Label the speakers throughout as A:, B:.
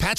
A: Matt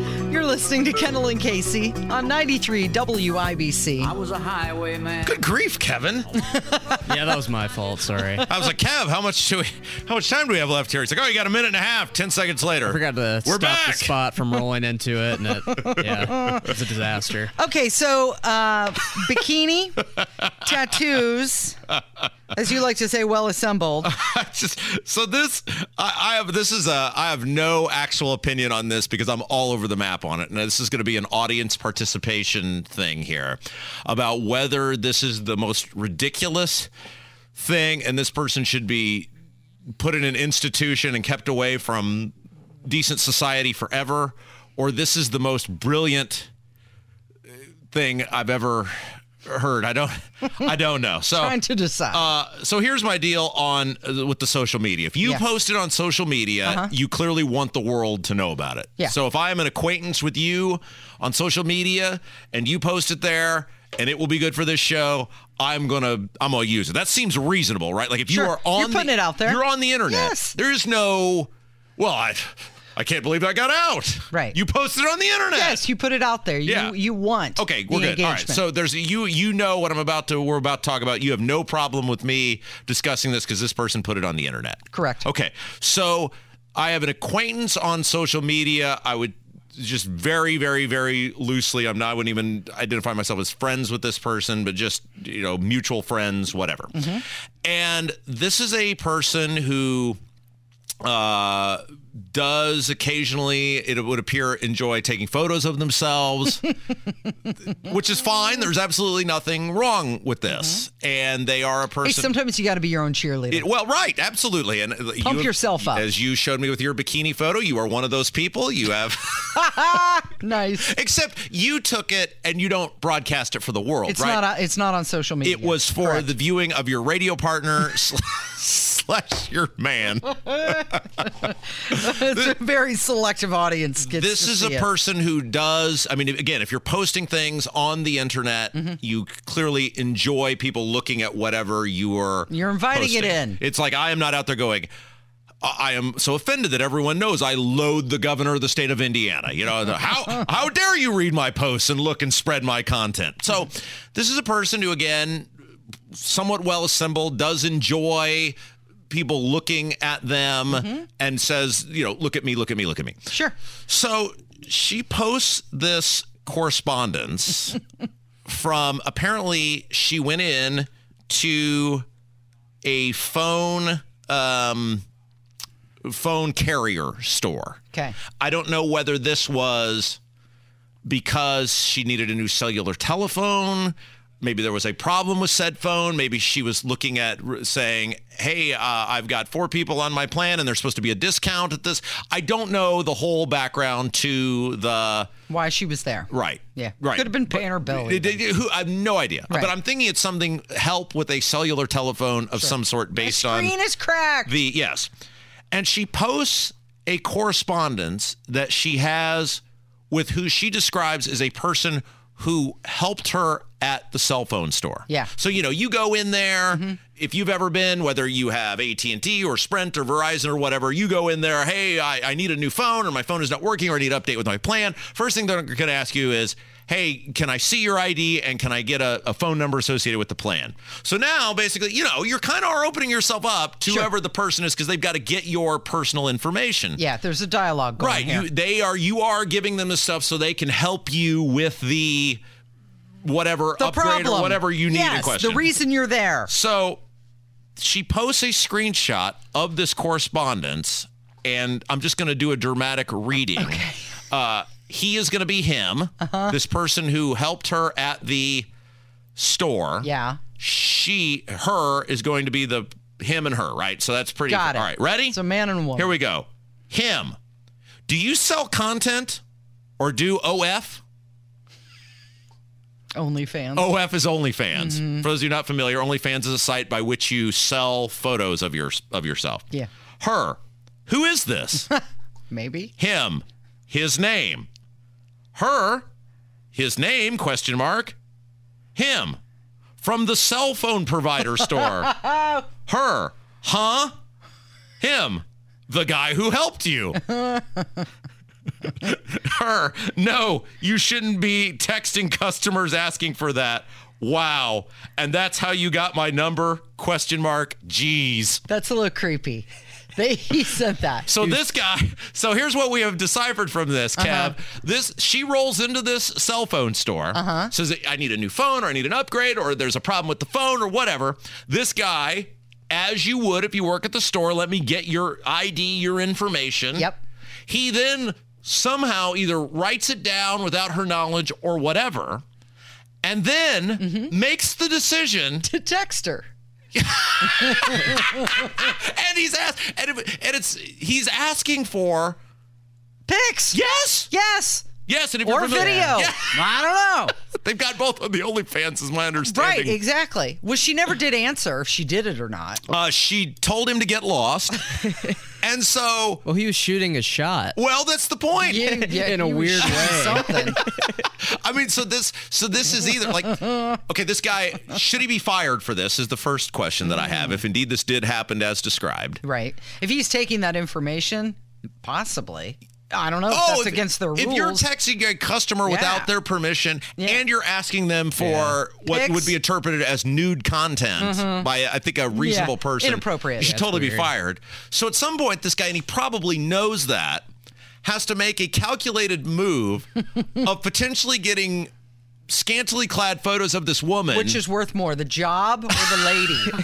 B: You're listening to Kendall and Casey on 93 WIBC.
C: I was a highwayman.
D: Good grief, Kevin.
E: Yeah, that was my fault. Sorry. I
D: I was like, Kev, how much do we, how much time do we have left here? He's like, oh, you got a minute and a half. Ten seconds later.
E: forgot to
D: We're
E: stop the
D: back.
E: spot from rolling into it, and it, yeah, it was a disaster.
B: Okay, so uh, bikini, tattoos, as you like to say, well assembled.
D: I just- so this, I, I have this is a, I have no actual opinion on this because I'm all over the map on it, and this is going to be an audience participation thing here about whether this is the most ridiculous thing, and this person should be put in an institution and kept away from decent society forever, or this is the most brilliant uh, thing I've ever heard. I don't, I don't know. So
B: Trying to decide.
D: uh, so here's my deal on uh, with the social media. If you
B: Yes.
D: post it on social media, you clearly want the world to know about it.
B: Uh-huh. Yeah.
D: So if I am an acquaintance with you on social media and you post it there and it will be good for this show, I'm gonna I'm gonna use it. That seems reasonable, right? Like if
B: Sure.
D: you are on
B: You're putting
D: the-
B: it out there.
D: You're on the internet.
B: Yes.
D: There's no well, I I can't believe I got out.
B: Right.
D: You posted on the internet.
B: yes, you put it out there. You,
D: Yeah.
B: you want
D: Okay,
B: the
D: we're good. All right.
B: engagement.
D: So there's you you know what I'm about to we're about to talk about. You have no problem with me discussing this because this person put it on the internet.
B: Correct.
D: Okay. So I have an acquaintance on social media. I would just very, very, very loosely. I'm not I wouldn't even identify myself as friends with this person, but just you know, mutual friends, whatever.
B: Mm-hmm.
D: And this is a person who uh, does occasionally, it would appear, enjoy taking photos of themselves, which is fine. There's absolutely nothing wrong with this. And they are a
B: Mm-hmm. Hey,
D: person.
B: sometimes you got to be your own cheerleader.
D: It- well, right, absolutely, and uh,
B: Pump yourself up.
D: As you showed me with your bikini photo, you are one of those people. You have,
B: Ah, nice.
D: except you took it and you don't broadcast it for the world,
B: It's
D: Oh, right?
B: not. on- It's not on social media.
D: It was for the viewing of your radio partner sl- slash your man.
B: it's a very selective audience. Gets
D: This
B: to
D: is
B: see
D: a
B: it.
D: person who does. I mean, again, if you're posting things on the internet,
B: Mm-hmm.
D: you clearly enjoy people looking at whatever you are.
B: You're inviting it
D: posting.
B: in.
D: It's like I am not out there going. I I am so offended that everyone knows I loathe the governor of the state of Indiana. You know, how how dare you read my posts and look and spread my content? So,
B: Mm-hmm.
D: this is a person who, again, somewhat well assembled, does enjoy people looking at them,
B: Mm-hmm.
D: and says, you know, look at me, look at me, look at me.
B: Sure.
D: So she posts this correspondence from apparently she went in to a phone um, phone carrier store.
B: Okay.
D: I don't know whether this was because she needed a new cellular telephone. Maybe there was a problem with said phone. Maybe she was looking at r- saying, "Hey, uh, I've got four people on my plan, and there's supposed to be a discount at this." I don't know the whole background to the
B: Why she was there.
D: right.
B: Yeah.
D: right.
B: Could have been paying her bill.
D: It- it- who I have no idea,
B: Right.
D: but I'm thinking it's something help with a cellular telephone of some sort based on
B: Green is cracked.
D: the yes. And she posts a correspondence that she has with who she describes as a person who helped her at the cell phone store.
B: Yeah.
D: So you know, you go in there,
B: Mm-hmm.
D: if you've ever been, whether you have AT&T or Sprint or Verizon or whatever, you go in there, hey, I, I need a new phone or my phone is not working or I need an update with my plan. First thing they're gonna ask you is, hey, can I see your ID and can I get a, a phone number associated with the plan? So now basically, you know, you're kind of are opening yourself up to whoever the person is because they've got to get your personal information.
B: yeah, there's a dialogue going
D: Right.
B: here.
D: You, they are you are giving them the stuff so they can help you with the whatever
B: the
D: upgrade
B: problem.
D: or whatever you need
B: yes,
D: in question.
B: the reason you're there.
D: So she posts a screenshot of this correspondence, and I'm just going to do a dramatic reading. Uh, he is going to be him,
B: Uh-huh.
D: this person who helped her at the store.
B: Yeah.
D: She, her is going to be the him and her, right? So that's pretty.
B: Got it.
D: All right, ready?
B: It's a man and a woman.
D: Here we go. Him. Do you sell content or do OF?
B: OnlyFans.
D: OF is OnlyFans. For those of you not familiar, OnlyFans is a site by which you sell photos of your of yourself.
B: Yeah.
D: Her. Who is this?
B: Maybe.
D: Him. His name. Her. His name? Question mark. Him. From the cell phone provider store. Her. Huh? Him. The guy who helped you. her. No, you shouldn't be texting customers asking for that. Wow. And that's how you got my number? Question mark. Jeez.
B: That's a little creepy. They he sent that.
D: So this guy. So here's what we have deciphered from this,
B: Uh-huh.
D: Cab. This she rolls into this cell phone store. Uh-huh. Says I need a new phone, or I need an upgrade, or there's a problem with the phone, or whatever. This guy, as you would if you work at the store, let me get your ID, your information.
B: Yep.
D: He then somehow either writes it down without her knowledge or whatever, and then
B: Mm-hmm.
D: makes the decision
B: To text her.
D: and he's asked and, it, and it's he's asking for
B: Pics.
D: yes
B: Yes.
D: yes and if
B: Or
D: you're familiar-
B: video.
D: Yeah.
B: I don't know.
D: They've got both on the OnlyFans, is my understanding.
B: Right, exactly. Well, she never did answer if she did it or not.
D: Uh, she told him to get lost. and so,
E: Well, he was shooting a shot.
D: well, that's the point.
B: You- yeah,
E: In a
B: you
E: weird
B: should
E: way.
B: Something.
D: I mean, so this, so this is either like, okay, this guy should he be fired for this? Is the first question that I have. If indeed this did happen as described.
B: Right. If he's taking that information, possibly. I don't know if that's
D: Oh, if-
B: against the rules.
D: If you're texting a customer
B: Yeah.
D: without their permission and you're asking them for what
B: Pics.
D: would be interpreted as nude content by, I think, a reasonable
B: Mm-hmm. Yeah.
D: person,
B: Inappropriate.
D: you should
B: That's
D: totally be fired. So at some point, this guy, and he probably knows that, has to make a calculated move of potentially getting scantily clad photos of this woman.
B: which is worth more, the job or the lady?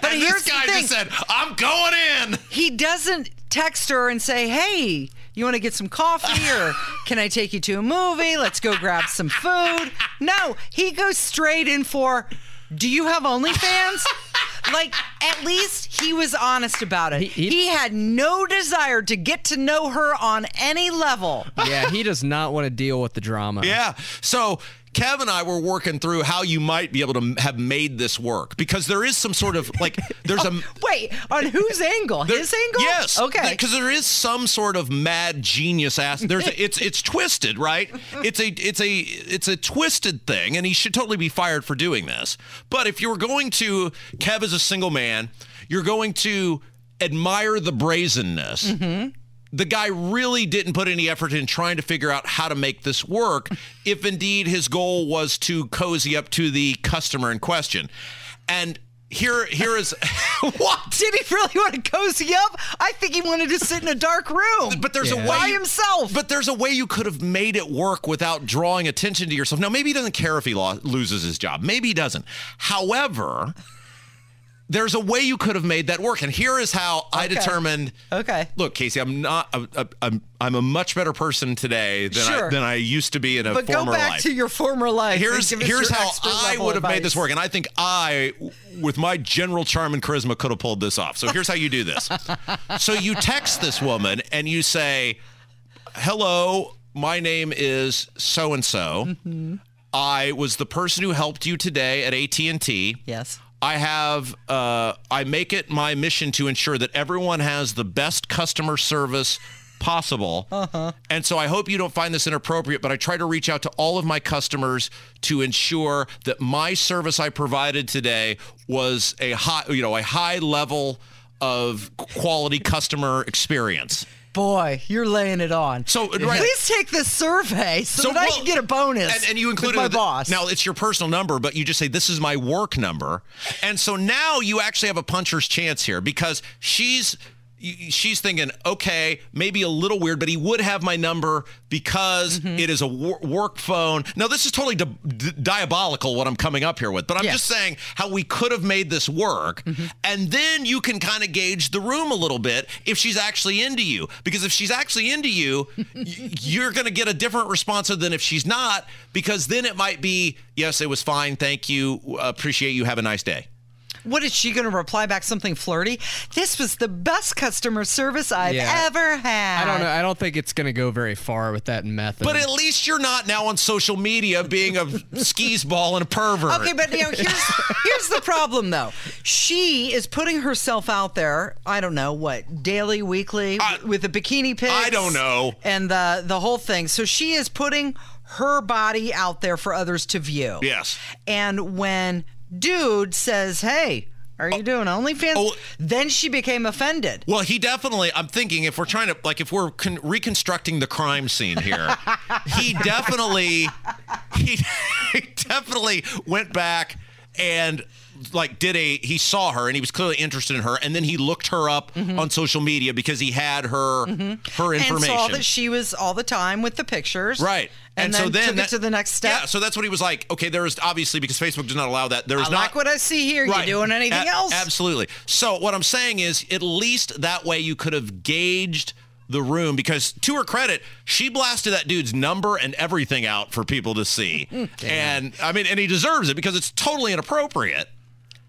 D: but
B: here's
D: this
B: the
D: guy
B: thing.
D: just said, "I'm going in."
B: he doesn't text her and say, "Hey, you want to get some coffee or can I take you to a movie? Let's go grab some food." No, he goes straight in for, "Do you have OnlyFans?" Like, at least he was honest about it. He,
E: he-
B: had no desire to get to know her on any level.
E: Yeah, he does not want to deal with the drama.
D: Yeah. So Kev and I were working through how you might be able to m- have made this work because there is some sort of like there's a
B: Wait, on whose angle?
D: there-
B: His angle?
D: Yes.
B: Okay.
D: Because there is some sort of mad genius ass. There's a, it's it's twisted, right? It's a it's a it's a twisted thing, and he should totally be fired for doing this. But if you're going to Kev is a single man, you're going to admire the brazenness
B: Mm-hmm.
D: the guy really didn't put any effort in trying to figure out how to make this work if indeed his goal was to cozy up to the customer in question and here here is what
B: Did he really want to cozy up? I think he wanted to sit in a dark room.
D: but there's a way
B: By himself.
D: but there's a way you could have made it work without drawing attention to yourself now maybe he doesn't care if he lo- loses his job maybe he doesn't however there's a way you could have made that work and here is how i
B: Okay.
D: determined
B: Okay.
D: look, Casey, I'm not. I'm- I'm I'm, I'm a much better person today than
B: Sure.
D: I, than I used to be in a
B: But go
D: former
B: back
D: life.
B: to your former life.
D: here's
B: and give us
D: here's
B: your
D: how
B: expert
D: I
B: level
D: would have made this
B: advice.
D: work, and I think I, w- with my general charm and charisma, could have pulled this off. So here's how you do this. so you text this woman and you say, "Hello, my name is so and so.
B: Mm-hmm.
D: I was the person who helped you today at AT and T.
B: Yes.
D: I have uh, I make it my mission to ensure that everyone has the best customer service possible. Uh-huh. And so I hope you don't find this inappropriate, but I try to reach out to all of my customers to ensure that my service I provided today was a high, you know, a high level of quality customer experience.
B: Boy, you're laying it on.
D: So, right-
B: please take this survey so,
D: So,
B: that I
D: well,
B: can get a bonus.
D: And, and you
B: with
D: included
B: my
D: with the-
B: boss.
D: Now it's your personal number, but you just say this is my work number, and so now you actually have a puncher's chance here because she's y- she's thinking, okay, maybe a little weird, but he would have my number because
B: Mm-hmm.
D: it is a wor- work phone. Now this is totally di- di- diabolical what I'm coming up here with, but I'm
B: Yeah.
D: just saying how we could have made this work, and then you can kind of gauge the room a little bit if she's actually into you, because if she's actually into you, y- you're going to get a different response than if she's not, because then it might be yes, it was fine, thank you, appreciate you, have a nice day.
B: What is she going to reply back? Something flirty? This was the best customer service I've
E: Yeah.
B: ever had.
E: I don't know. I don't think it's gonna go very far with that method.
D: But at least you're not now on social media being a skis ball and a pervert.
B: Okay, but you know, here's here's the problem though. She is putting herself out there. I don't know what daily, weekly,
D: I-
B: with the bikini pics.
D: I don't know.
B: and the the whole thing. So she is putting her body out there for others to view.
D: Yes.
B: And when dude says, "Hey, are you doing OnlyFans?"
D: oh.
B: then she became offended.
D: Well, he definitely. I'm thinking if we're trying to like if we're con- reconstructing the crime scene here, he definitely, he, he definitely went back and like did a he saw her and he was clearly interested in her and then he looked her up on social media because he had her her
B: Mm-hmm. And
D: information
B: saw that she was all the time with the pictures.
D: right
B: And,
D: so then
B: took
D: that-
B: it to the next step.
D: yeah so that's what he was like okay there is obviously because facebook does not allow that there's
B: I
D: not
B: like what I see here.
D: Right.
B: You doing anything
D: A-
B: else?
D: Absolutely. So what I'm saying is, at least that way you could have gauged the room because, to her credit, she blasted that dude's number and everything out for people to see,
B: Mm.
D: and I mean, and he deserves it because it's totally inappropriate.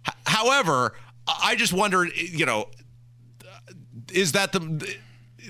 D: H- however, I I just wondered, you know, is that the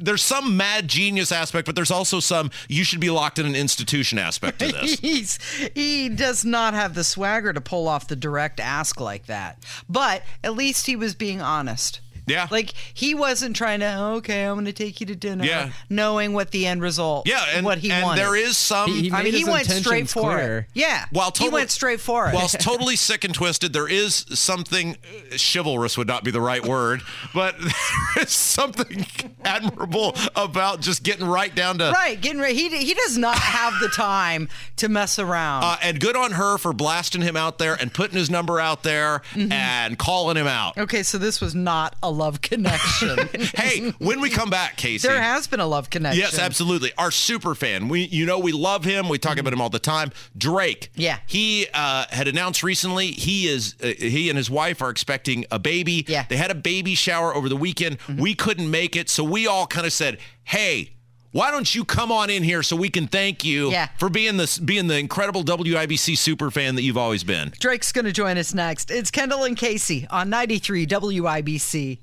D: there's some mad genius aspect, but there's also some you should be locked in an institution aspect to this.
B: He's he does not have the swagger to pull off the direct ask like that. But at least he was being honest.
D: Yeah.
B: Like he wasn't trying to, okay, I'm gonna take you to dinner
D: Yeah.
B: knowing what the end result
D: Yeah, and
B: what he
D: and
B: wanted.
D: there is some
E: He- he
B: I mean
E: made
B: he
E: his
B: went
E: intentions
B: straight for
E: clear.
B: it. Yeah.
D: While
B: he
D: totally-
B: went straight for it.
D: Whilst totally sick and twisted, there is something uh, chivalrous would not be the right word, but there is something admirable about just getting right down to.
B: right, getting ready. He he does not have the time to mess around.
D: Uh, and good on her for blasting him out there and putting his number out there and calling him out.
B: Mm-hmm. okay, so this was not a love connection.
D: Hey, when we come back, Casey.
B: there has been a love connection.
D: Yes, absolutely. Our super fan. We, you know, we love him. We talk about him all the time. Drake.
B: Yeah.
D: He uh, had announced recently he is uh, he and his wife are expecting a baby.
B: Yeah. Mm-hmm.
D: They had a baby shower over the weekend. We couldn't make it, so we all kind of said, "Hey." Why don't you come on in here so we can thank you
B: Yeah.
D: for being this being the incredible WIBC super fan that you've always been.
B: Drake's going to join us next. It's Kendall and Casey on 93 WIBC.